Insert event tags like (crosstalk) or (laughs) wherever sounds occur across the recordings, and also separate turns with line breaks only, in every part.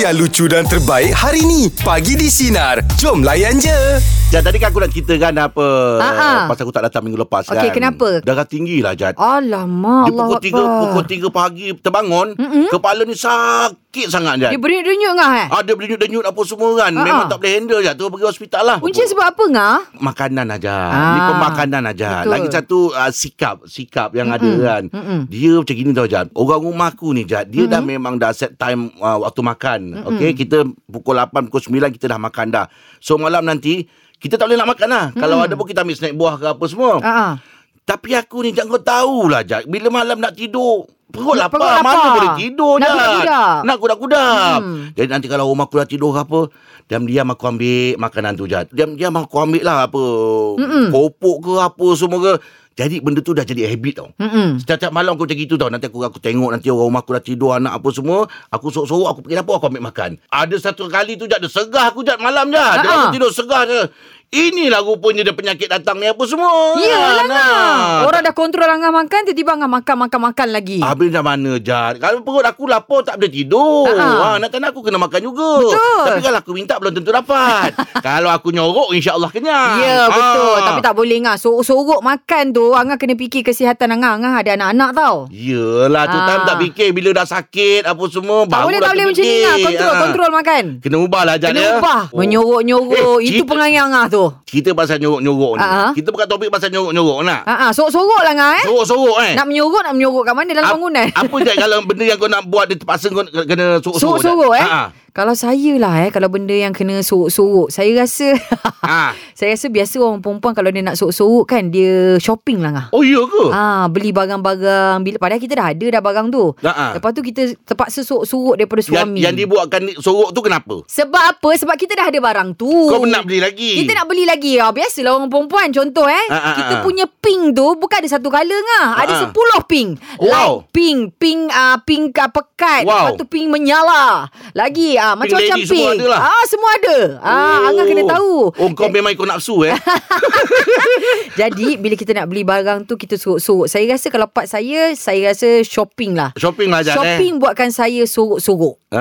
yang lucu dan terbaik hari ni. Pagi di Sinar. Jom layan je.
Jad, tadi kan aku nak cerita kan apa
Ha-ha.
Pasal aku tak datang minggu lepas kan
Ah, Okey, kenapa?
Darah tinggi lah Jad
Alamak
Dia
Allah
pukul 3 Pukul 3 pagi terbangun
Mm-mm.
Kepala ni sakit sangat Jad
Dia berinyut-renyut ngah eh?
Ada berdenyut-denyut apa semua kan
Ha-ha.
Memang tak boleh handle Jad Terus pergi hospital lah
Punca sebab apa ngah?
Makanan aja
Ah,
Ni pemakanan aja
betul.
Lagi satu uh, sikap Sikap yang ada kan
Mm-mm.
Dia macam gini tau Jad Orang rumah aku ni Jad Dia dah memang dah set time uh, Waktu makan Okay Kita pukul 8 Pukul 9 kita dah makan dah So malam nanti Kita tak boleh nak makan lah Kalau ada pun kita ambil snack buah ke apa semua
Ha ah.
Tapi aku ni Jad kau tahulah Jad Bila malam nak tidur Perut
Nak
lapar.
perut lapar.
Mana boleh tidur
Nak
Jad
kudak-kudak.
Nak kudak-kudak
Hmm.
hmm. Jadi nanti kalau rumah aku dah tidur ke apa Diam-diam aku ambil makanan tu Jad Diam-diam aku ambil lah apa
Mm-mm.
Kopok ke apa semua ke Jadi benda tu dah jadi habit tau
Hmm.
Setiap-tiap malam aku macam gitu tau Nanti aku aku tengok Nanti orang rumah aku dah tidur Anak apa semua Aku sorok-sorok Aku pergi dapur Aku ambil makan Ada satu kali tu Jad Dia segah aku Jad Malam Jad Dia
Ha-ha.
aku tidur segah dia Inilah rupanya dia penyakit datang ni Apa semua
Iyalah
Nah.
Ya, ngah. Orang dah kontrol ngah makan tiba-tiba ngah makan makan makan lagi.
Ah, Habis dah mana Jad Kalau perut aku lapar Tak boleh tidur
Ha-ha.
ha, Nak tak nak aku kena makan juga
Betul.
Tapi kalau aku minta Belum tentu
(laughs)
dapat Kalau aku nyorok InsyaAllah kenyang
Ya
Ha.
betul Tapi tak boleh ngah Sorok-sorok makan tu Angah kena fikir kesihatan Angah Angah ada anak-anak tau
Yelah tu
Ah.
time tak fikir Bila dah sakit Apa semua
Tak
baru
boleh
dah
tak boleh macam ni
terfikir.
ngah Kontrol
Ha.
kontrol makan
Kena ubah lah Jad
Kena
ya.
ubah
Oh. (laughs)
Menyorok-nyorok
Eh,
Itu
cerita-
penganggah Angah tu
Kita pasal nyorok-nyorok ni.
Ah.
Kita bukan topik pasal nyorok-nyorok nak.
Ha ah, sorok-sorok lah ngah eh
Sorok-sorok eh.
Nak menyorok nak menyorok kat mana dalam
Ap-
bangunan
Apa je kalau benda yang kau nak buat dia terpaksa kau kena sorok-sorok.
Sorok-sorok eh
Ha.
Kalau saya lah eh Kalau benda yang kena sorok-sorok Saya rasa
Ha.
(laughs) Saya rasa biasa orang perempuan Kalau dia nak sorok-sorok kan Dia shopping lah ngah
Oh iya ke?
Ah, beli barang-barang bila padahal kita dah ada dah barang tu.
Ha-ha.
Lepas tu kita terpaksa sorok-sorok daripada
ah. Yang,
suami.
yang dibuatkan ni- sorok tu kenapa?
Sebab apa? Sebab kita dah ada barang tu.
Kau nak beli lagi.
Oh. Kita nak beli lagi. Ah, biasalah orang perempuan contoh eh.
Eh. Ah, ah,
kita
ah.
punya pink tu bukan ada satu colour ngah.
Ah,
Ada
ah.
sepuluh pink. Light
Wow.
pink, pink ah pink ah, pekat,
Wow.
lepas tu pink menyala. Lagi ah macam-macam
lady semua ada lah.
Ah semua ada. Ah oh. Angah kena tahu.
Oh kau memang ikut nafsu
(laughs)
eh.
Jadi bila kita nak beli barang tu kita sorok-sorok. Saya rasa kalau part saya, saya rasa shopping lah.
Shopping lah Jad eh.
Shopping buatkan saya sorok-sorok.
Ah.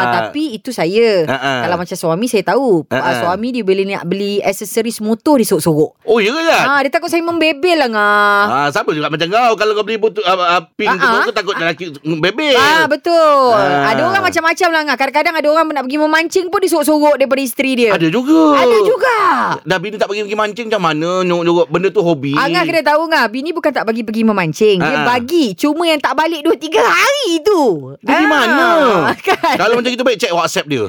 Ah, tapi itu saya.
Ah, ah.
Kalau macam suami saya tahu.
Ah,
Ah,
ah.
suami dia beli nak beli aksesoris motor dia sorok-sorok.
Oh iya ke Jad?
Ah, dia takut saya membebel lah ngah.
Ah, sama juga macam kau Kalau kau beli butuh uh, uh, pink
Ah, ah.
uh-huh. tu takut lelaki bebel.
Ah betul.
Ah.
Ada orang macam-macam lah ngah. Kadang-kadang ada orang nak pergi memancing pun dia sorok-sorok daripada isteri dia.
Ada juga.
Ada juga.
Dah bini tak pergi pergi mancing macam mana? Nyorok-nyorok benda tu hobi.
Angah kena tahu Ah, ngah, bini bukan tak bagi pergi memancing. Dia
Ah.
bagi. Cuma yang tak balik 2 3 hari tu. Ah,
Dia di mana?
(laughs) Kan?
Kalau macam kita baik check WhatsApp
(laughs)
dia.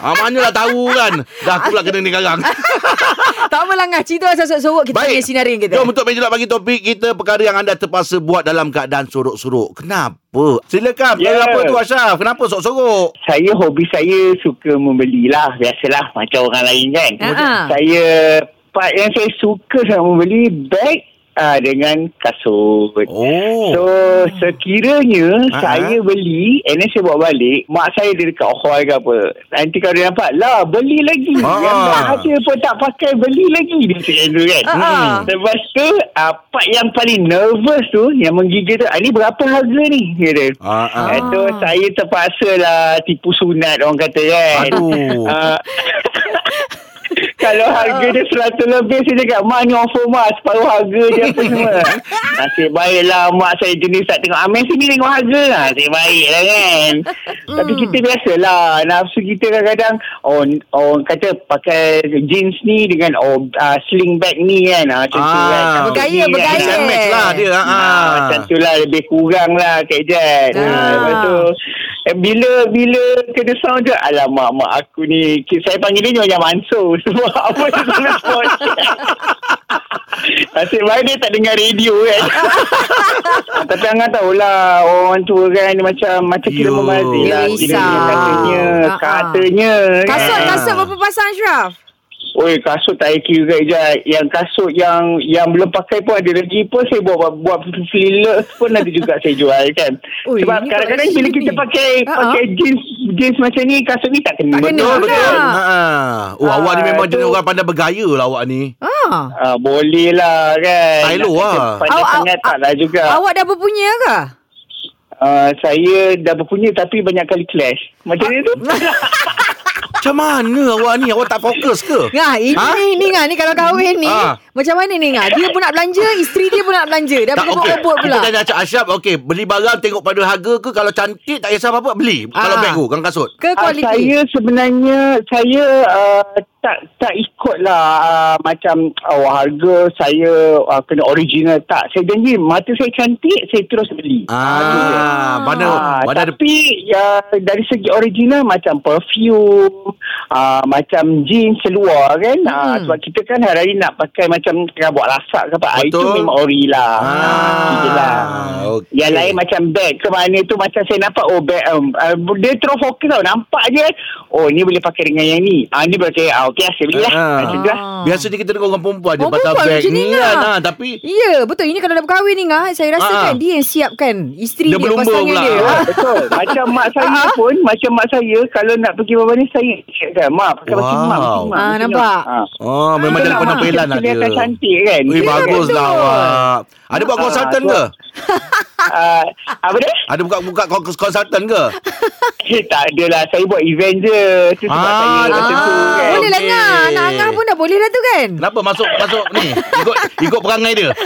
ah, manalah tahu kan. Dah aku pula kena ni sekarang.
(laughs) tak apa lah ngah. Cerita pasal sorok-sorok kita punya sinarin kita.
Jom untuk meja bulat bagi topik kita perkara yang anda terpaksa buat dalam keadaan sorok-sorok. Kenapa? Silakan.
Ya.
Yeah. Apa tu Ashraf? Kenapa sorok-sorok?
saya hobi saya suka membelilah biasalah macam orang lain kan.
Ha-ha.
Saya part yang saya suka sangat membeli beg uh, dengan kasut.
Oh. Ha,
So sekiranya
Ha-ha.
saya beli And then saya bawa balik Mak saya dia dekat hall ke apa Nanti kalau dia nampak Lah beli lagi
Ha-ha.
Yang tak ada pun tak pakai Beli lagi Dia cakap macam tu kan
Ha-ha.
Lepas tu uh, Part yang paling nervous tu Yang menggigil tu ah, Ni berapa harga ni Dia kata
Ah, ah.
Ah. So saya terpaksa lah tipu sunat orang kata kan.
Aduh.
Ah, (laughs) Kalau harga dia seratus lebih Saya cakap Mak ni offer mak Separuh harga je apa semua Nasib baiklah Mak saya jenis tak tengok Amin sini tengok harga lah Nasib baik lah kan Tapi kita biasalah Nafsu kita kadang-kadang oh, oh, Kata pakai jeans ni Dengan oh, ah, sling bag ni kan ah, Macam tu
Ah.
kan
Bergaya,
Ni kan.
bergaya.
Mix and match lah dia. Ah,
Ah,
ah.
macam tu lah lebih kurang lah Kak Jan.
Ah.
Ah. lepas tu eh, bila bila kena sound je alamak mak aku ni ki- saya panggil dia Nyonya Mansur (laughs) sebab apa dia kena sound. (laughs) Nasib baik dia tak dengar radio
(laughs)
kan. Tapi Angah tahulah orang tua kan dia macam macam kira
Yo.
memazi
Dia
lah. Kira
risau.
katanya,
Ah, ah.
katanya. kan.
Kasut lah
Ah.
kasut berapa pasang Ashraf?
Oi kasut tak kira kat Ijaz Yang kasut yang Yang belum pakai pun ada lagi pun Saya buat Buat fillers pun ada juga saya jual kan
Oi, ni
Sebab kadang-kadang
koleksi
Bila kita
ni.
pakai
Ha-ha.
Pakai jeans Jeans macam ni Kasut ni tak kena
Tak kena.
Betul, betul.
Ah.
Ha. Oh,
Ah,
awak ni memang jenis
tu.
orang pandai bergaya lah awak ni.
Ah.
Ah, boleh lah kan
Tak elok
Nak kata
lah.
Pandai
Awak-
sangat
awak-
tak lah juga
Awak dah berpunya ke?
uh, saya dah berpunya tapi banyak kali clash. Macam mana tu?
Macam mana awak ni? Awak tak fokus ke?
Ngah, ini
Ha?
ha? ni, ni Ngah ni kalau kahwin ni,
Ah.
macam mana ni Ngah? Dia pun nak belanja, isteri dia pun nak belanja. Dah
Tak,
boleh
okey.
okay. obot pula.
Kita tanya Cik Ashraf, okey, beli barang tengok pada harga ke? Kalau cantik, tak kisah apa-apa, beli.
Ah.
Kalau beg tu, kang kasut.
Ke
Ah,
kualiti?
Saya sebenarnya saya uh, tak tak ikutlah uh, macam oh, harga saya uh, kena original tak. Saya janji mata saya cantik saya terus beli. tu je.
Ah, mana,
Ah,
mana ada...
tapi ya, dari segi original macam perfume, ah, macam jeans seluar kan. Ah,
Hmm.
sebab kita kan hari-hari nak pakai macam tengah buat lasak ke apa. Ah, itu
Betul. Ah,
memang ori lah. Gitu lah.
okey.
Yang lain macam bag ke mana tu macam saya nampak oh bag um, uh, dia terus fokus tau nampak je oh ni boleh pakai dengan yang ni ah ni boleh ah okey saya beli lah
Ah.
macam tu lah
Biasanya kita dengar orang perempuan je
Oh,
Orang
patah
perempuan
beg
macam
ni
ni
kan.
lah.
ah, Tapi
Ya, betul. Ini kalau dah berkahwin ni Ngah, saya rasa
Ah.
kan dia yang siapkan isteri
Dia
dia,
berlumba
pasangan
pula.
dia.
Ah, betul. Macam mak saya pun, macam mak saya kalau nak pergi bawah ni saya check kan. Mak pakai baju
Wow.
mak. baju mak,
Ah,
baju
nampak?
mak. Ah.
Oh, memang
Betul
dalam
lah, mak.
penampilan lah dia.
Kelihatan cantik kan.
Weh,
Dia-
bagus lah awak. Ada buat
Ah,
konsultan
tu-
ke?
Ah, apa dia?
Ada buka buka kon- konsultan ke?
Eh, tak adalah. Saya buat event je. Tu sebab
Ah,
saya
ah,
macam tu
Ah,
kan.
boleh lah
Okey.
Ngah. Nak Ngah pun dah boleh lah tu kan?
Kenapa masuk masuk ni? Ikut ikut perangai dia. (laughs)
lah.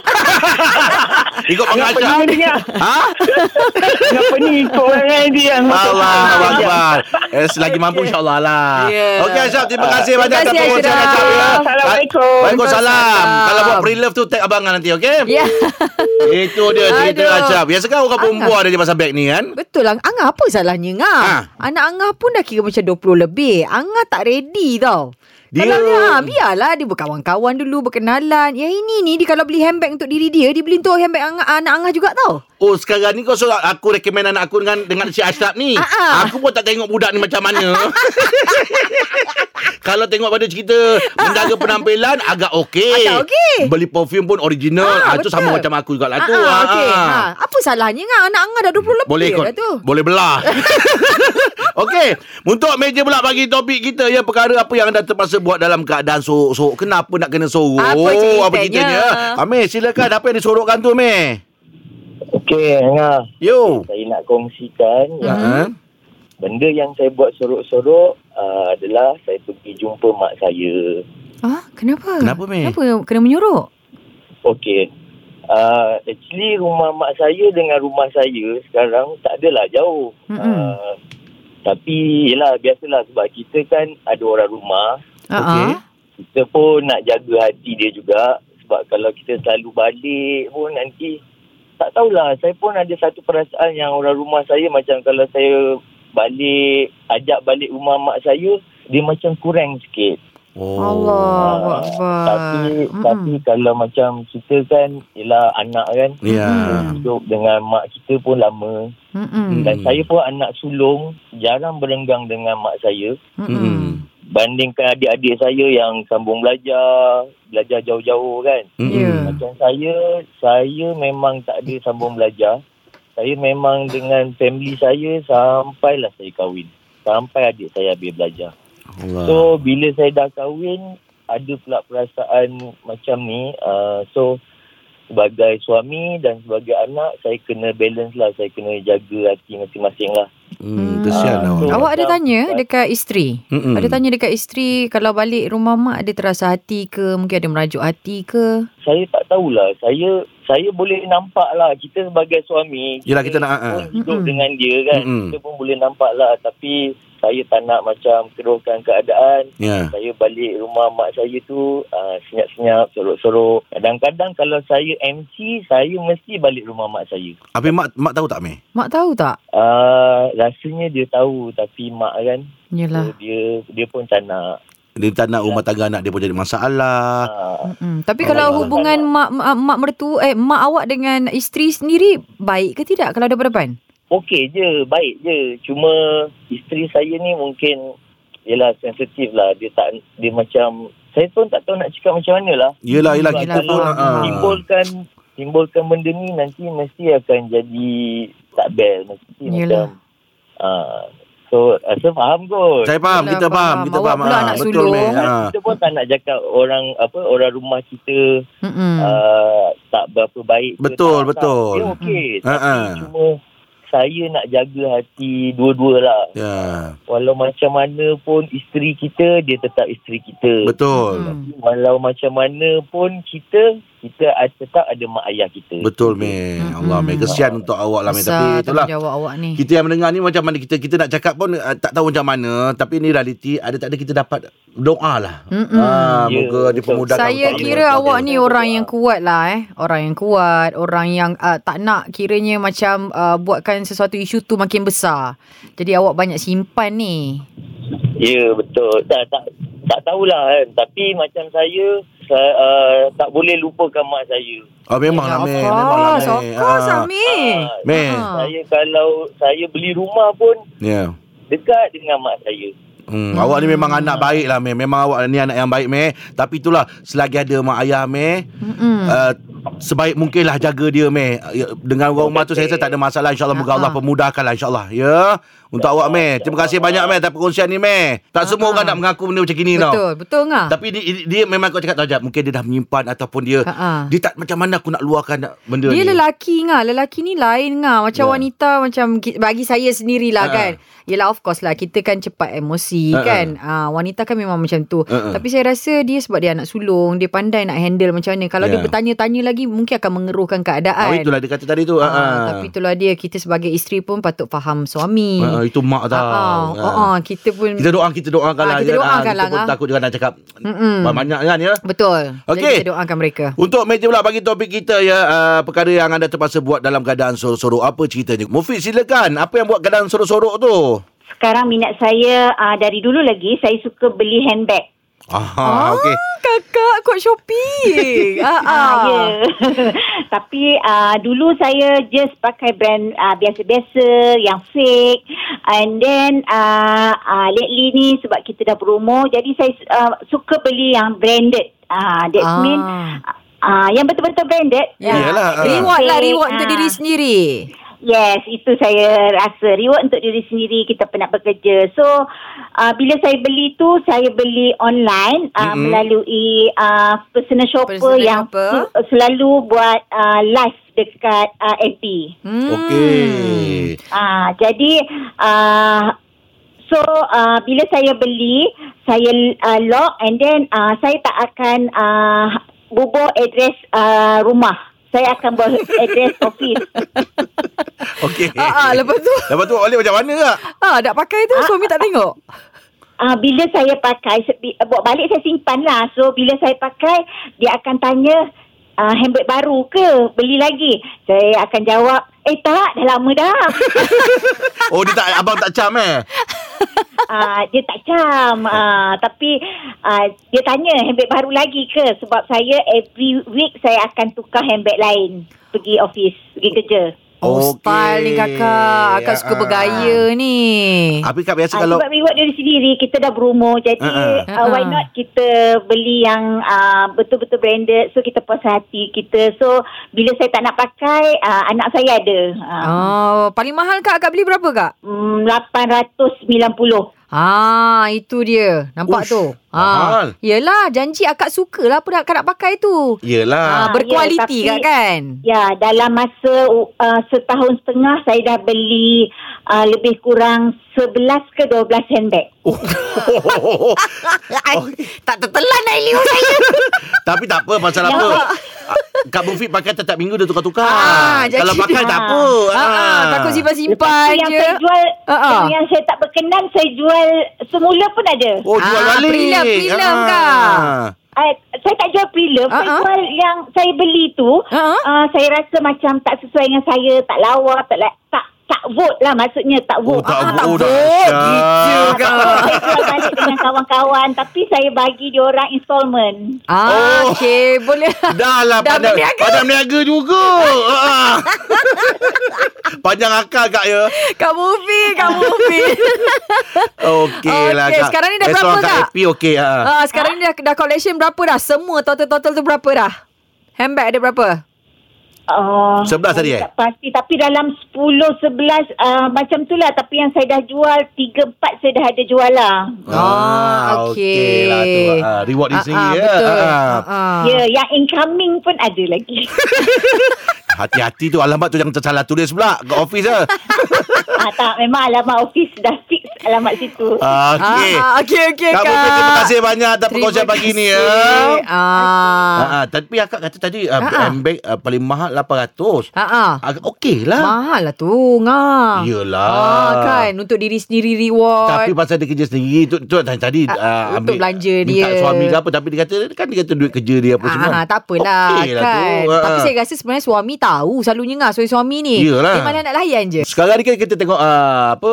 ikut perangai
Kenapa
Acap.
ni dengar?
Ha?
Kenapa ni ikut orang lain ah. dia yang masuk
Allah
tangan dia?
Akbar. Eh, selagi mampu insyaAllah lah.
Ya.
Okey Ashraf, terima kasih
Terima
banyak atas
kasih,
perkongsian
Ashraf.
Ashraf. ya.
Assalamualaikum.
Waalaikumsalam.
Waalaikumsalam.
Kalau buat pre-love tu tag abang kan nanti, okey?
Ya. (laughs)
Itu dia cerita
Aduh.
Ashraf. Biasa kan orang perempuan dia pasal beg ni kan?
Betul lah. Angah apa salahnya Angah?
Ha.
Anak Angah pun dah kira macam 20 lebih. Angah tak ready tau.
Dia-
Dia... Kalau dia, ha, biarlah dia berkawan-kawan dulu, berkenalan. Ya ini ni, dia kalau beli handbag untuk diri dia, dia beli untuk handbag Angah, anak Angah juga tau.
Oh sekarang ni kau suruh aku recommend anak aku dengan dengan si Ashraf ni.
Ah, ah.
Aku pun tak tengok budak ni macam
(laughs)
mana. Kalau tengok pada cerita menjaga penampilan agak okey.
Ah. Agak okey.
Beli perfume pun original. Ah,
Ah,
itu
betul.
sama macam aku juga lah tu.
Ha, ha,
Ah,
okey.
ah.
Ha, apa salahnya Angah? Anak Angah dah 20 lebih
Boleh ikut.
dah tu.
Boleh
(laughs)
belah. Okey, untuk meja pula bagi topik kita ya perkara apa yang anda terpaksa buat dalam keadaan sorok-sorok. Kenapa nak kena sorok?
Apa
apa
ceritanya?
ceritanya? Amir, silakan apa yang disorokkan tu, Amir?
Okey,
ha.
Angah.
Yo.
Saya nak kongsikan
Hmm.
yang
Ha.
benda yang saya buat sorok-sorok
ah,
uh, adalah saya pergi jumpa mak saya.
Ha, kenapa?
Kenapa, Meh?
Kenapa kena menyorok?
Okey. Uh, actually rumah mak saya dengan rumah saya sekarang tak adalah jauh.
Mm-mm.
Uh, tapi yelah biasalah sebab kita kan ada orang rumah.
Ha,
Okey.
ha.
Kita pun nak jaga hati dia juga. Sebab kalau kita selalu balik pun nanti tak tahulah saya pun ada satu perasaan yang orang rumah saya macam kalau saya balik ajak balik rumah mak saya dia macam kurang sikit. Ah,
Oh.
Allah Akbar.
Tapi
Mm-mm.
tapi kalau macam kita kan ialah anak kan
Ya. Yeah.
Mm.
hidup dengan mak kita pun lama
Mm-mm.
Mm.
dan saya pun anak sulung jarang berenggang dengan mak saya
Mm-mm.
Mm.
bandingkan adik-adik saya yang sambung belajar belajar jauh-jauh kan
Mm.
Ya.
Macam saya, saya memang tak ada sambung belajar. Saya memang dengan family saya sampailah saya kahwin. Sampai adik saya habis belajar.
Allah.
So, bila saya dah kahwin, ada pula perasaan macam ni. Uh, so, sebagai suami dan sebagai anak, saya kena balance lah. Saya kena jaga hati masing-masing lah.
mm. kesian Mm.
Ah,
awak.
so-
Awak ada tanya dekat isteri?
Mm-mm.
Ada tanya dekat isteri kalau balik rumah mak ada terasa hati ke? Mungkin ada merajuk hati ke?
Saya tak tahulah. Saya saya boleh nampak lah. Kita sebagai suami,
Yelah, kita nak, ah.
pun hidup
Mm-mm.
dengan dia kan.
Mm-mm.
Kita pun boleh nampak lah. Tapi saya tak nak macam keruhkan keadaan.
Ya.
saya balik rumah mak saya tu uh, senyap-senyap, sorok-sorok. Kadang-kadang kalau saya MC, saya mesti balik rumah mak saya.
Habis mak mak tahu tak, Meh?
Mak tahu tak?
Uh, rasanya dia tahu tapi mak kan so
Lah.
Yalah.
dia dia pun tak nak.
Dia tak nak rumah tangga anak dia pun jadi masalah.
Uh,
Mm-mm. Tapi
Oh,
kalau
Allah.
hubungan mak, mak mak mertua eh mak awak dengan isteri sendiri baik ke tidak kalau ada berdepan?
Okey je, baik je. Cuma isteri saya ni mungkin Yelah sensitif lah Dia tak Dia macam Saya pun tak tahu nak cakap macam mana lah
Yelah, yelah
Sebab
kita
Yelah,
pun.
faham.
ah.
timbulkan timbulkan benda ni nanti mesti akan jadi tak best mesti
Yelah.
macam uh, so rasa faham kot
Saya faham,
Yelah,
kita faham,
faham.
kita
Awak
faham.
pula
ah.
anak
Betul,
sulung.
Meh. ah.
kita pun tak nak cakap orang apa orang rumah kita
Mm-mm.
ah, uh, tak berapa baik ke
Hmm. Betul,
tak,
betul.
tak. dia okey
Ha,
tapi
ha.
Ah. cuma saya nak jaga hati dua-dua lah.
Ya.
Walau macam mana pun isteri kita, dia tetap isteri kita.
Betul.
Hmm.
Walau macam mana pun kita, kita ada- tetap ada mak ayah kita.
Betul meh.
Mm-mm.
Allah meh kesian untuk awak lah meh
Besar
tapi itulah.
tanggungjawab awak ni.
Kita yang mendengar ni macam mana kita kita nak cakap pun uh, tak tahu macam mana tapi ni realiti ada tak ada kita dapat doa lah.
Mm-mm.
Ah,
Ya,
moga dia
betul.
pemudahkan
Saya
untuk
kira
amal
awak
soleh.
ni orang yang kuat lah eh. Orang yang kuat, orang yang uh, tak nak kiranya macam uh, buatkan sesuatu isu tu makin besar. Jadi awak banyak simpan ni.
Ya betul. Tak tak tak tahulah kan. Tapi macam saya, saya uh, tak boleh lupakan mak saya.
Oh memang lah
Ya,
meh.
Of
Memang lah
course, of
meh.
course,
Ah,
Amir.
Ah,
Meh.
Ah.
Saya kalau saya beli rumah pun
Ya.
dekat dengan mak saya.
Hmm, awak ni memang anak baik lah meh. Memang awak ni anak yang baik meh. Tapi itulah selagi ada mak ayah meh,
Mm-mm.
uh, sebaik mungkinlah jaga dia meh. Ya, Dengan orang rumah tu saya rasa tak ada masalah insyaAllah moga
Ha-ha.
Allah pemudahkanlah insyaAllah ya. Untuk awak meh. Terima kasih banyak meh atas perkongsian ni meh. Tak semua
Ha-ha.
orang nak mengaku benda macam gini tau.
Betul, Ha. betul ngah?
Tapi dia, dia- dia memang kau cakap tau Jad Mungkin dia dah menyimpan Ataupun dia
Ha-ha.
Dia tak macam mana aku nak luahkan benda
Dia
ni
lelaki ngah, lelaki ni lain ngah. Macam
Ya.
wanita macam ki- bagi saya sendirilah
Ha.
kan. Yelah of course lah kita kan cepat emosi
Ha, ha.
kan. Ah wanita kan memang macam tu.
Ha, ha.
Tapi saya rasa dia sebab dia anak sulung, dia pandai nak handle macam mana. Kalau
Ya.
dia bertanya-tanya lagi mungkin akan mengeruhkan
Ah,
keadaan.
Itulah dia kata tadi tu ha,
Ah,
ha.
tapi itulah dia kita sebagai isteri pun patut faham suami.
Ah, Itu mak tau
Ah, ah,
Ah.
ah, kita pun
Kita doakan Kita doakan
Ah,
lah
kita
kan. Ah,
doakan
Kita
lah,
pun
ah.
takut juga nak cakap
Mm-mm.
Banyak kan ya
betul.
Okey.
Jadi kita doakan mereka.
Untuk meja pula bagi topik kita ya uh, Perkara yang anda terpaksa buat dalam keadaan sorok-sorok Apa ceritanya? Mufid silakan Apa yang buat keadaan sorok-sorok tu?
Sekarang minat saya uh, dari dulu lagi saya suka beli handbag.
Ah, okey.
Kakak
(laughs)
kot shopping. ah, ah.
Ah, ya. (laughs) Tapi uh, dulu saya just pakai brand uh, biasa-biasa yang fake. And then uh, uh, lately ni sebab kita dah berumur jadi saya uh, suka beli yang branded. Ah uh, that
Ah.
ah. mean uh, yang betul-betul branded.
Ya. Yalah, ah.
Reward lah reward
Ah.
untuk diri sendiri.
Yes, itu saya rasa reward untuk diri sendiri kita pernah bekerja. So, uh, bila saya beli tu, saya beli online uh,
Mm-mm.
mm-hmm. melalui uh, personal shopper
Personal
yang
shopper.
se- selalu buat uh, live dekat uh, FB.
Hmm.
Okey.
Ah, jadi ah so ah bila saya beli, saya uh, log and then ah saya tak akan ah bubur address ah rumah. Saya akan buat address office.
Okey.
Ah, ah, lepas tu
(laughs) Lepas tu oleh macam mana kak?
ah dah pakai tu suami tak tengok.
Ah bila saya pakai se- bi- bawa balik saya simpan lah. So bila saya pakai dia akan tanya ah handbag baru ke beli lagi. Saya akan jawab, "Eh tak, dah lama dah."
Oh dia tak abang tak cam eh.
Ah, dia tak cam Ah, tapi ah, dia tanya handbag baru lagi ke sebab saya every week saya akan tukar handbag lain pergi office pergi kerja
(laughs)
Oh,
Okey.
style ni kakak. Akak suka
Ah.
bergaya ni. Eh.
Tapi kak biasa
Ah,
kalau
sebab reward dari sendiri kita dah berumur jadi
Ah,
uh-uh.
ah.
uh, why
Ah.
not kita beli yang ah, betul-betul branded so kita puas hati kita so bila saya tak nak pakai ah, anak saya ada ah,
Oh, paling mahal kak akak beli berapa kak?
mm, 890
Ah, itu dia. Nampak
Ush,
tu.
mahal. Ya.
Ah. Yelah, janji akak sukalah apa yang akak nak pakai tu.
Yelah
Ah,
Ah,
berkualiti
ya,
kak
tapi-
kan?
Ya, dalam masa uh, setahun setengah saya dah beli uh, lebih kurang 11 ke 12 handbag.
oh. (laughs)
Ya,
Oh. Tak tertelan air liur saya.
Tapi tak apa pasal
Ya.
apa Ah, Kak Mufid pakai tetap minggu dia tukar-tukar
Ah, jadi-
Kalau pakai tak
(laughs)
apa
Ah, ah, takut
Lepas
simpan-simpan
tu yang
je.
saya jual,
Ah, ah.
uh-uh. yang saya tak berkenan, saya jual semula pun ada.
Oh jual
Ah,
balik
prelim, prelim,
Ah.
Kak.
Uh, saya tak jual prelim, uh-uh. saya
Ah, ah.
jual yang saya beli tu,
Ah, ah.
uh, saya rasa macam tak sesuai dengan saya, tak lawa, tak la- tak tak vote lah maksudnya tak
Oh
vote.
tak
ah, tak
oh,
vote.
dahsyat.
Gitu,
Ah, tak vote, saya jual balik dengan kawan-kawan tapi saya bagi dia orang installment.
Ah,
Oh.
okey, boleh. (laughs)
Dah lah
Dah
pandang,
berniaga.
pandang berniaga juga
(laughs)
Ah. Panjang akal kak ya
Kak Mufi, Kak
(laughs)
Mufi.
Okey lah
Okey,
kak
sekarang ni dah
Esok
berapa,
akak
Kak?
happy okey ah.
Ah, sekarang ni dah, dah collection berapa dah? Semua total-total tu berapa dah? Handbag ada berapa?
Oh,
11 tadi, eh?
Tak pasti tapi dalam 10 11 uh, macam tu lah tapi yang saya dah jual 3 4 saya dah ada jual lah.
Ah,
okey lah tu. Ah, reward diri
Ah,
sendiri
ah,
ya.
Betul.
Ah, ah.
Ah, ah. (laughs)
Ya, yang incoming pun ada lagi.
Hati-hati tu alamat tu jangan tersalah tulis pula kat office
(laughs)
lah.
ah, tak, memang alamat office dah fix alamat situ.
Ah, Okey.
Ah, ah, okey, okey,
Kak Mufid, terima kasih banyak atas perkongsian pagi ni ya.
Ah.
Ah, ah, tapi akak kata tadi ah,
Ah, ah.
handbag ah, paling mahal 800.
Ha ah.
Agak okey lah.
Mahal lah tu ngah.
Yelah.
Ah, kan untuk diri sendiri
Tapi
reward.
pasal dia kerja sendiri tu, tu tadi, tadi
Ah,
ah,
untuk belanja
minta
dia.
suami ke apa tapi dia kata kan dia kata duit kerja dia apa semua.
Ah, ah, tak apalah
Okey
okay
lah
kan.
tu, ah.
Tapi saya rasa sebenarnya suami tahu selalunya ngah suami suami ni.
Yelah.
Dia malah nak layan je.
Sekarang ni kan kita tengok ah, apa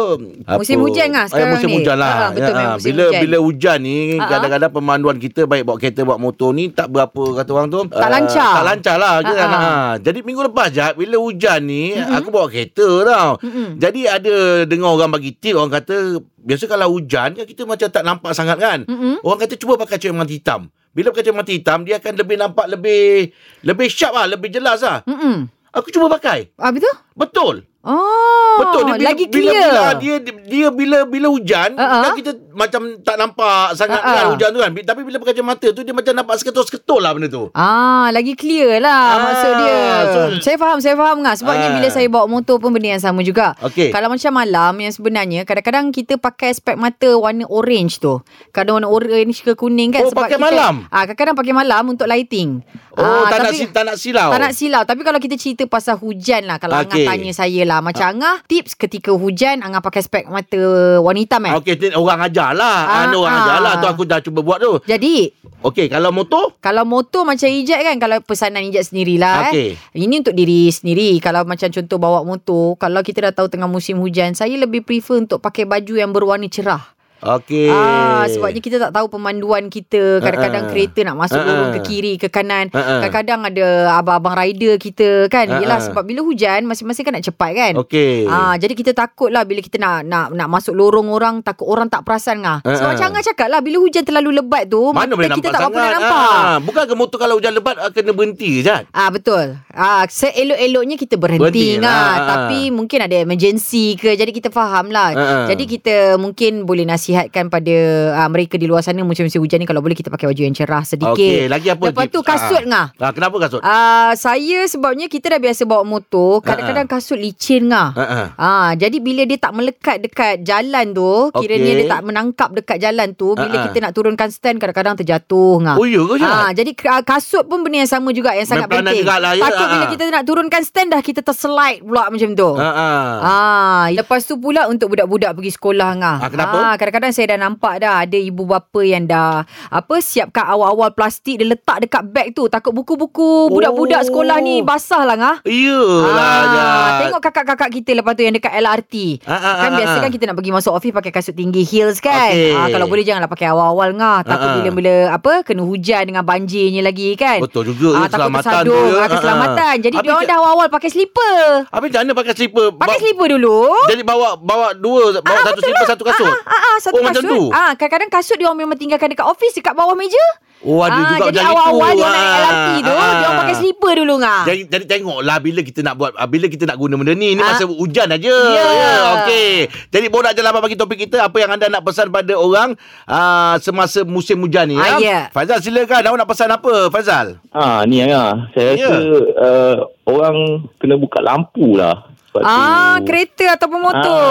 Musim
apa,
hujan lah sekarang
musim
ni.
hujan lah.
Ah, betul, memang musim
bila
hujan.
bila hujan ni
Ah,
kadang-kadang pemanduan kita baik bawa kereta bawa motor ni tak berapa kata orang tu. ah,
Tak lancar.
Tak lancar lah kan.
Ah, ah.
Ah, Jadi minggu lepas je bila hujan ni aku bawa kereta tau.
Mm-mm.
Jadi ada dengar orang bagi tip orang kata biasa kalau hujan kan kita macam tak nampak sangat kan.
Mm-mm.
Orang kata cuba pakai cermin hitam. Bila pakai cermin hitam dia akan lebih nampak lebih lebih sharp lah, lebih jelas lah.
Hmm.
Aku cuba pakai.
Habis tu?
Betul.
Oh.
Betul dia bila,
lagi
bila,
clear.
bila dia dia bila bila hujan
Ah, ah.
uh-huh. kan kita macam tak nampak sangat
Ah,
uh-huh. kan
ah.
hujan tu kan Bi- tapi bila pakai mata tu dia macam nampak seketul-seketul lah benda tu.
Ah, lagi clear lah ah,
Ah,
maksud dia. So,
so-
saya faham, saya faham ngah. Sebabnya
Ah.
bila saya bawa motor pun benda yang sama juga.
Okey.
Kalau macam malam yang sebenarnya kadang-kadang kita pakai spek mata warna orange tu. Kadang warna orange ke kuning kan
Oh, pakai malam?
Ah, kadang-kadang pakai malam untuk lighting.
Oh
Ah,
tak nak
tapi-
si, tak nak silau.
Tak nak silau Tapi kalau kita cerita pasal hujan lah Kalau okay.
Okey. Ah.
Angah tanya saya lah Macam Angah Tips ketika hujan Angah pakai spek mata warna hitam eh
Okey ni orang ajar lah.
Ah,
Ah, ni orang
ah.
ajar lah tu aku dah cuba buat tu.
Jadi
Okey kalau motor
kalau motor macam ijat kan Kalau pesanan ijat sendirilah
Okey.
eh. Ini untuk diri sendiri Kalau macam contoh bawa motor Kalau kita dah tahu tengah musim hujan Saya lebih prefer untuk pakai baju yang berwarna cerah
Okey.
Ah, sebabnya kita tak tahu pemanduan kita
Ah, ah.
Kadang-kadang kereta nak masuk
Ah,
lorong
ah.
ke kiri ke kanan
Ah, ah.
Kadang-kadang ada abang-abang rider kita kan
Ah, ah.
Yelah sebab bila hujan Masing-masing kan nak cepat kan
Okey.
Ah, jadi kita takut lah bila kita nak nak nak masuk lorong orang takut orang tak perasan ngah.
Ah,
Sebab
ah.
macam Angah cakap lah bila hujan terlalu lebat tu
Mana
mata
boleh
kita
nampak
tak apa
sangat.
nak nampak.
Ah, ah. bukan ke motor kalau hujan lebat ah, kena berhenti je.
Ah betul. Ah seelok-eloknya kita berhenti
Berhenti lah,
ngah.
ah, ah.
Tapi mungkin ada emergency ke jadi kita faham lah.
Ah, ah.
Jadi kita mungkin boleh nasihatkan pada ah, mereka di luar sana musim-musim hujan ni kalau boleh kita pakai baju yang cerah sedikit.
Okey, lagi apa
Lepas
tips?
tu kasut
Ah.
ngah.
Ah, kenapa kasut?
Ah saya sebabnya kita dah biasa bawa motor, kadang-kadang kasut licin ngah.
Ah, ah.
Ah, jadi bila dia tak melekat dekat jalan
Okey.
tu,
Ah,
kiranya dia tak menangkap dekat jalan tu, bila
Ha-ha.
kita nak turunkan stand kadang-kadang terjatuh ngah.
Oh, ya ke, Syah?
Ah, jadi ka- kasut pun benda yang sama juga yang sangat
Berperanan
penting.
jugalah, ya.
Takut bila
Ha-ha.
kita nak turunkan stand dah kita terslide pula macam tu.
Ah, ah.
Ah, lepas tu pula untuk budak-budak pergi sekolah ngah.
Ah, kenapa?
kadang-kadang saya dah nampak dah ada ibu bapa yang dah apa siapkan awal-awal plastik dia letak dekat beg tu takut buku-buku budak-budak
Oh.
sekolah ni basah lah ngah.
Iyalah. lah, Jad.
Ah, Tengok kakak-kakak kita lepas tu yang dekat LRT.
Ah, ah,
kan
ah,
biasa
ah.
kan kita nak pergi masuk office pakai kasut tinggi heels kan.
Okey.
Ah, kalau boleh janganlah pakai awal-awal ngah. Takut
Ah, ah.
bila-bila apa kena hujan dengan banjirnya lagi kan.
Betul juga,
Ah, takut
keselamatan
tersadung.
dia.
Ah,
Ah, ah.
keselamatan. Jadi
Habis
dia orang
dia-
dah awal-awal pakai slipper.
Habis macam mana pakai slipper?
Pakai
Ba-
slipper dulu.
Jadi bawa bawa dua, bawa satu slipper, satu kasut.
Ah, ah, ah, satu
oh, macam
kasut.
tu.
Ah, kadang-kadang kasut dia orang memang tinggalkan dekat office dekat bawah meja. Ah,
Oh, ada juga
jadi
macam
awal-awal
itu.
dia naik
Ah,
LRT tu,
ah,
dia orang
ah.
pakai slipper dulu ngah.
Jadi, jadi tengoklah bila kita nak buat ah, bila kita nak guna benda ni ni
Ah.
masa hujan aja.
Ya.
okey. Jadi borak je lapan bagi topik kita apa yang anda nak pesan pada orang ah, semasa musim hujan ni ya.
Ah, ya.
Faizal silakan. Awak nak pesan apa Faizal?
Ha, ni lah. Saya
Ya.
rasa uh, orang kena buka lampu lah. Sebab tu-
Ah, kereta ataupun motor.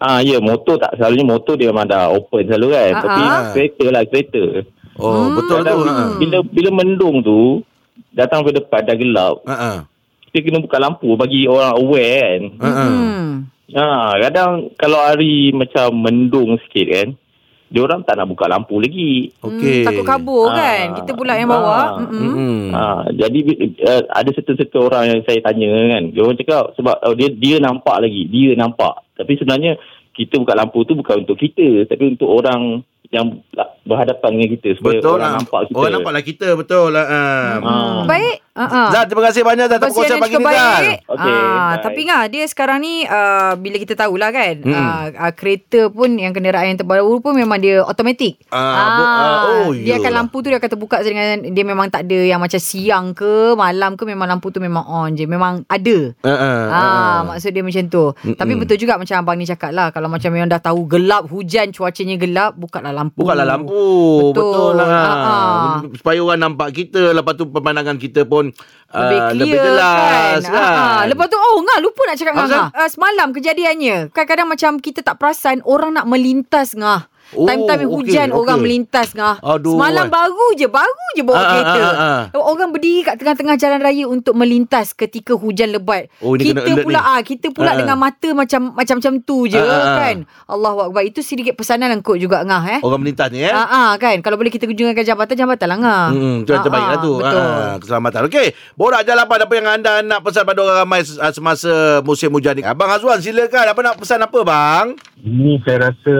Ah, ah ya, motor tak. Selalunya motor dia memang dah open selalu kan.
Ah,
Tapi
ah.
kereta lah, kereta.
Oh,
Hmm.
betul tu.
Kadang bila bila mendung tu, datang ke depan dah gelap.
Ha. Ha.
Kita kena buka lampu bagi orang aware kan.
Ha. Ha.
Hmm.
Ha, kadang kalau hari macam mendung sikit kan, dia orang tak nak buka lampu lagi.
Okey.
Hmm, takut kabur
Ah.
kan. Kita pula yang bawa.
Ah.
Mm-mm.
Hmm.
Ha, jadi bi- uh, ada satu-satu orang yang saya tanya kan. Dia orang cakap sebab oh, dia dia nampak lagi, dia nampak. Tapi sebenarnya kita buka lampu tu bukan untuk kita, tapi untuk orang yang berhadapan dengan kita supaya
Betul
orang
lah.
nampak kita.
Orang nampaklah kita betul lah. ah.
Ah.
Baik. Uh-huh.
Zal, terima kasih banyak Zal atas perkongsian pagi ni Zal.
Okey,
ah,
bye.
tapi ngah dia sekarang ni uh, bila kita tahulah kan hmm.
Hmm.
uh, uh, kereta pun yang kenderaan yang terbaru pun memang dia automatik.
Ah, bu- ah, oh,
dia akan
iyalah.
lampu tu dia akan terbuka dengan dia memang tak ada yang macam siang ke malam ke memang lampu tu memang on je memang ada.
Ah, ah,
Ah,
ah.
maksud dia macam tu. Mm-mm. Tapi betul juga macam abang ni cakap lah kalau macam memang dah tahu gelap hujan cuacanya gelap bukalah lampu.
Bukalah lampu. mampu.
Betul.
Betul lah.
Ha, ha.
Supaya orang nampak kita. Lepas tu pemandangan kita pun
Lebih
ah,
clear
lebih jelas
kan. Ah, ah. Lepas tu oh ngah lupa nak cakap
Ah,
dengan ngah. Uh, semalam kejadiannya. Kadang-kadang macam kita tak perasan orang nak melintas ngah.
Oh, okey,
Time-time hujan
okey.
orang melintas ngah.
Aduh,
Semalam
ai.
baru je, baru je bawa
Ah, ah,
kereta.
ah,
Orang berdiri kat tengah-tengah jalan raya untuk melintas ketika hujan lebat.
Oh, ni
kita
kena alert
pula
ni.
ah kita
Ah,
pula
ah.
dengan mata macam macam macam tu je
Ah, ah, ah.
kan. Allahuakbar. Itu sedikit pesanan angkut juga ngah eh.
Orang melintas ni eh.
Ah, ah, kan kalau boleh kita kunjungkan jabatan jabatan lah ngah.
Hmm, itu yang
Ah,
terbaik lah
ah,
tu.
Betul.
Ah, keselamatan. Okey. Borak jalan apa apa yang anda nak pesan pada orang ramai se- ah, semasa musim hujan ni. Abang Azwan silakan. Apa nak pesan apa bang?
Ini saya rasa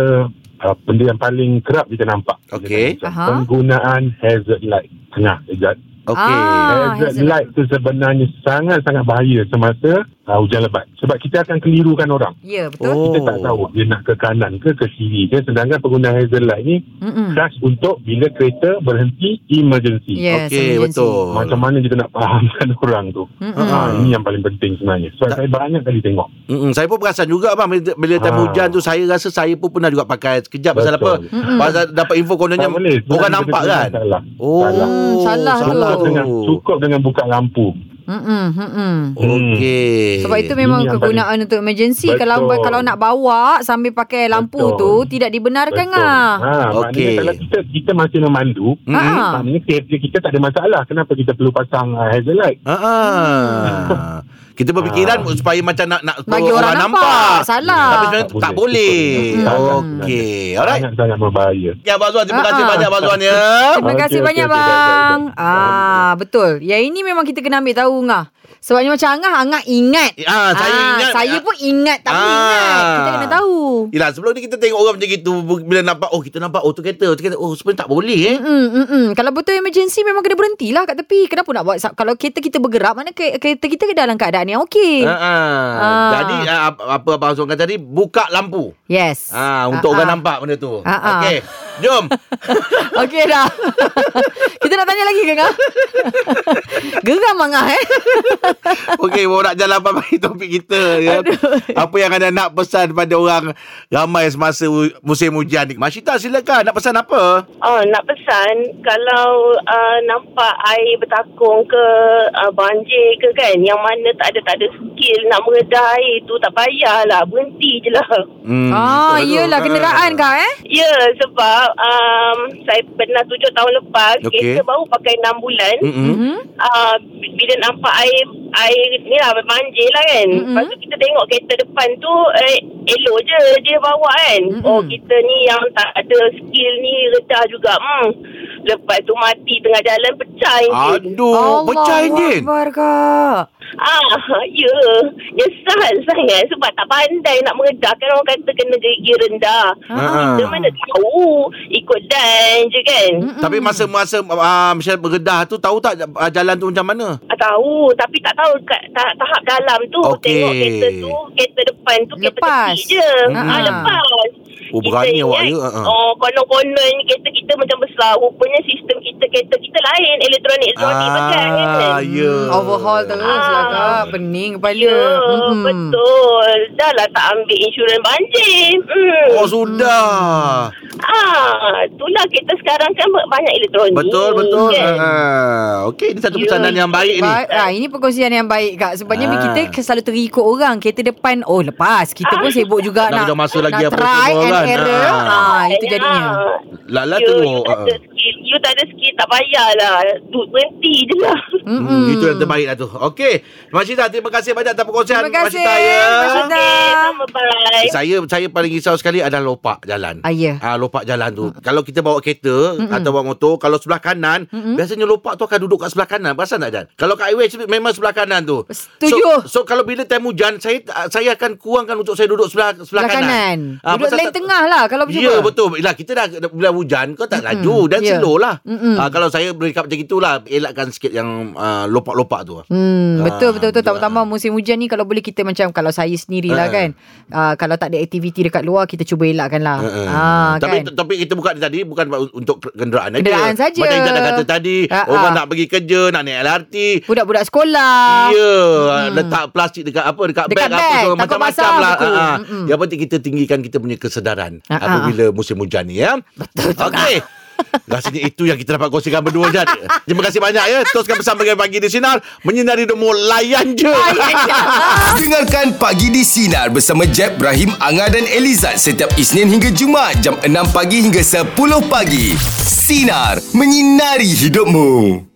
uh, benda yang paling kerap kita nampak.
Okey.
Kita nampak.
Aha.
Penggunaan hazard light. Tengah, Ejad.
Okey. Eh,
Ah.
hazard,
hazard
light tu sebenarnya sangat-sangat bahaya semasa uh, hujan lebat. Sebab kita akan kelirukan orang.
Ya, betul.
Oh.
Kita tak tahu dia nak ke kanan ke ke kiri ke. Sedangkan penggunaan hazard light ni
Mm-mm.
khas untuk bila kereta berhenti emergency.
Yes,
Okey,
emergency.
betul.
Macam mana kita nak fahamkan (laughs) orang tu.
Mm-mm.
Ha, ini yang paling penting sebenarnya. Sebab
Tak-
saya banyak kali tengok.
Mm-mm, saya pun perasan juga bang bila, bila time
Ah.
hujan tu saya rasa saya pun pernah juga pakai sekejap pasal
Betul.
apa? Pasal dapat info kononnya
Tak boleh. Sebenarnya
orang nampak
benda tu
kan.
Salah.
Oh,
Salah.
Hmm, salah tu.
salah
Cukup
tu.
dengan, cukup dengan buka lampu.
Mm-mm, mm-mm.
Hmm.
Okey.
Sebab itu memang
Ini yang
kegunaan untuk emergency.
Betul.
Kalau kalau nak bawa sambil pakai lampu
Betul.
tu tidak dibenarkan
Betul.
ah.
Ha,
Okey.
Maknanya kalau kita, kita masih memandu,
Mm-mm.
Ah.
maknanya kereta kita tak ada masalah. Kenapa kita perlu pasang uh, hazard light?
Ha ah. Kita berfikiran
Ah.
supaya macam nak nak
Hmm. Bagi orang nampak. Salah. Hmm.
Tapi sebenarnya
Tak
tak
boleh.
boleh.
Tak boleh.
Okey. Alright.
Sangat-sangat berbahaya.
Ya Abang Zuan, terima
Ah,
kasih
ah.
banyak Abang Zuan ya.
Terima
Okey,
kasih
okey,
banyak
okey, baik,
bang.
baik, baik.
Ah, betul. Ya ini memang kita kena ambil tahu ngah. Sebabnya macam Angah, Angah ingat.
Ya,
Ah, saya
Ah,
ingat.
Saya pun ingat tapi
Ah.
ingat. Kita kena tahu.
Yelah sebelum ni kita tengok orang macam gitu Bila nampak Oh kita nampak Oh tu kereta tu kereta Oh sebenarnya tak boleh eh
Mm, mm, mm. Kalau betul emergency memang kena berhentilah kat tepi. Kenapa nak buat kalau kereta kita bergerak mana ke- kereta kita ke dalam keadaan yang okey.
Ah, ah.
Ah.
Jadi ah, apa- apa Abang Zuan kata tadi Buka lampu
Yes.
Ah, untuk orang nampak benda tu.
Ah, ah.
Okey.
(laughs)
Jom.
Okey dah. Kita nak tanya lagi ke Ngah? Geram ah Ngah eh.
Okey, borak jalan apa bagi topik kita ya. Apa yang anda nak pesan pada orang ramai semasa hu- musim hujan ni? Masyita silakan nak pesan apa?
Oh, nak pesan kalau uh, nampak air bertakung ke uh, banjir ke kan yang mana tak ada tak ada skill nak meredah air tu tak payahlah berhenti je lah. (laughs)
Hmm.
Ah, iyalah kenderaan kau eh.
Ya sebab um, saya pernah tujuh tahun lepas
Okey.
okay. kereta baru pakai enam bulan
Mm-mm.
Mhm.
uh, bila nampak air air ni lah banjir lah kan
Mm-mm.
mm-hmm. lepas tu kita tengok kereta depan tu eh, elok je dia bawa kan
Mm-mm.
mm-hmm. oh kita ni yang tak ada skill ni redah juga hmm. lepas tu mati tengah jalan pecah enjin
Aduh, pecah enjin.
Akbar kak.
ah ya nyesal sangat sebab tak pandai nak meredahkan orang kata kena gigi rendah
Ah.
Dia mana tahu ikut dan je kan
Mm-mm.
Tapi masa-masa uh, Michelle bergedah tu tahu tak uh, jalan tu macam mana?
Ah, Tahu tapi tak tahu kat ta- tahap dalam tu
Okey.
tengok kereta tu kereta depan tu
Lepas.
kereta tepi je
Hmm.
hmm. ha, lepas
Oh, berani awak ya. Ha, ha.
oh konon-konon kereta kita macam besar rupanya sistem kita kereta kita lain elektronik elektronik ah, macam kan
ya.
Overhaul terus lah
Ah.
kak. Pening kepala. Hmm.
Ya,
Mm-mm.
betul. Dah lah tak ambil insurans banjir. Hmm.
Oh, sudah.
Hmm.
Ah, itulah kita sekarang kan banyak elektronik.
Betul, betul. Ha,
Kan?
ha. Okey, ini satu
Ya.
pesanan yang baik ni.
Baik, ah, ini perkongsian yang baik kak Sebabnya
Ah.
kita selalu terikut orang Kereta depan Oh lepas Kita pun sibuk juga
Nak
Nak,
buang masa lagi
nak
apa
try
semua
and
kan.
error
Ah.
ah. Itu jadinya
Ah.
Lala
Ya,
you,
tengok.
you tak
ha, ha.
ada skill You tak ada skill Tak payahlah Duduk berhenti je lah
Hmm, itu yang terbaik lah tu. Okey. Mak Cita, terima kasih banyak atas perkongsian.
Terima
Mak
kasih
Cita, ya.
Masita.
Okay Sama bye
Saya saya paling risau sekali adalah lopak jalan.
Eh? Ah, ya.
Ah, lopak jalan tu. Kalau kita bawa kereta
Mm-mm.
atau bawa motor, kalau sebelah kanan,
Mm-mm.
biasanya lopak tu akan duduk kat sebelah kanan. Perasan tak, Jan? Kalau kat highway se- memang sebelah kanan tu.
Setuju.
So, so kalau bila time hujan, saya saya akan kurangkan untuk saya duduk sebelah sebelah,
Sebelah kanan,
Ah,
Duduk
pasal
lain
tak-
tengah lah Kalau
Ya
cuba
betul Yelah kita dah Bila hujan Kau tak
Mm-mm.
laju Dan
Ya.
slow lah
Mm-mm.
Ah, Kalau saya berikap macam itulah Elakkan sikit yang ah, Lopak-lopak tu
Hmm, betul
Ah,
betul betul
betul.
tambah-tambah musim hujan ni kalau boleh kita macam kalau saya sendirilah
Ah.
kan. Ah kalau tak ada aktiviti dekat luar kita cuba elakkan lah.
Uh-uh.
Ah
tapi
kan.
tapi kita buka tadi bukan untuk kenderaan aja.
Kenderaan saja.
Macam kita dah kata tadi,
Ah,
orang
ah.
nak pergi kerja, nak naik LRT.
Budak-budak sekolah.
Ya, letak plastik dekat apa dekat,
Dekat
beg apa
beg,
semua
takut
macam-macam
basah,
lah.
betul.
Ah, ah.
Mm-mm.
Yang penting kita tinggikan kita punya kesedaran
Ah, ah, (laughs)
apabila musim hujan ni ya. Betul. Okey. Rasanya itu yang kita dapat kongsikan berdua Jad Terima kasih banyak ya Teruskan bersama dengan Pagi di Sinar Menyinari demo layan je Ya.
(laughs)
(laughs)
Dengarkan Pagi di Sinar bersama Jeb, Ibrahim, Anga dan Elizad setiap Isnin hingga Jumaat jam 6 pagi hingga 10 pagi. Sinar, menyinari hidupmu.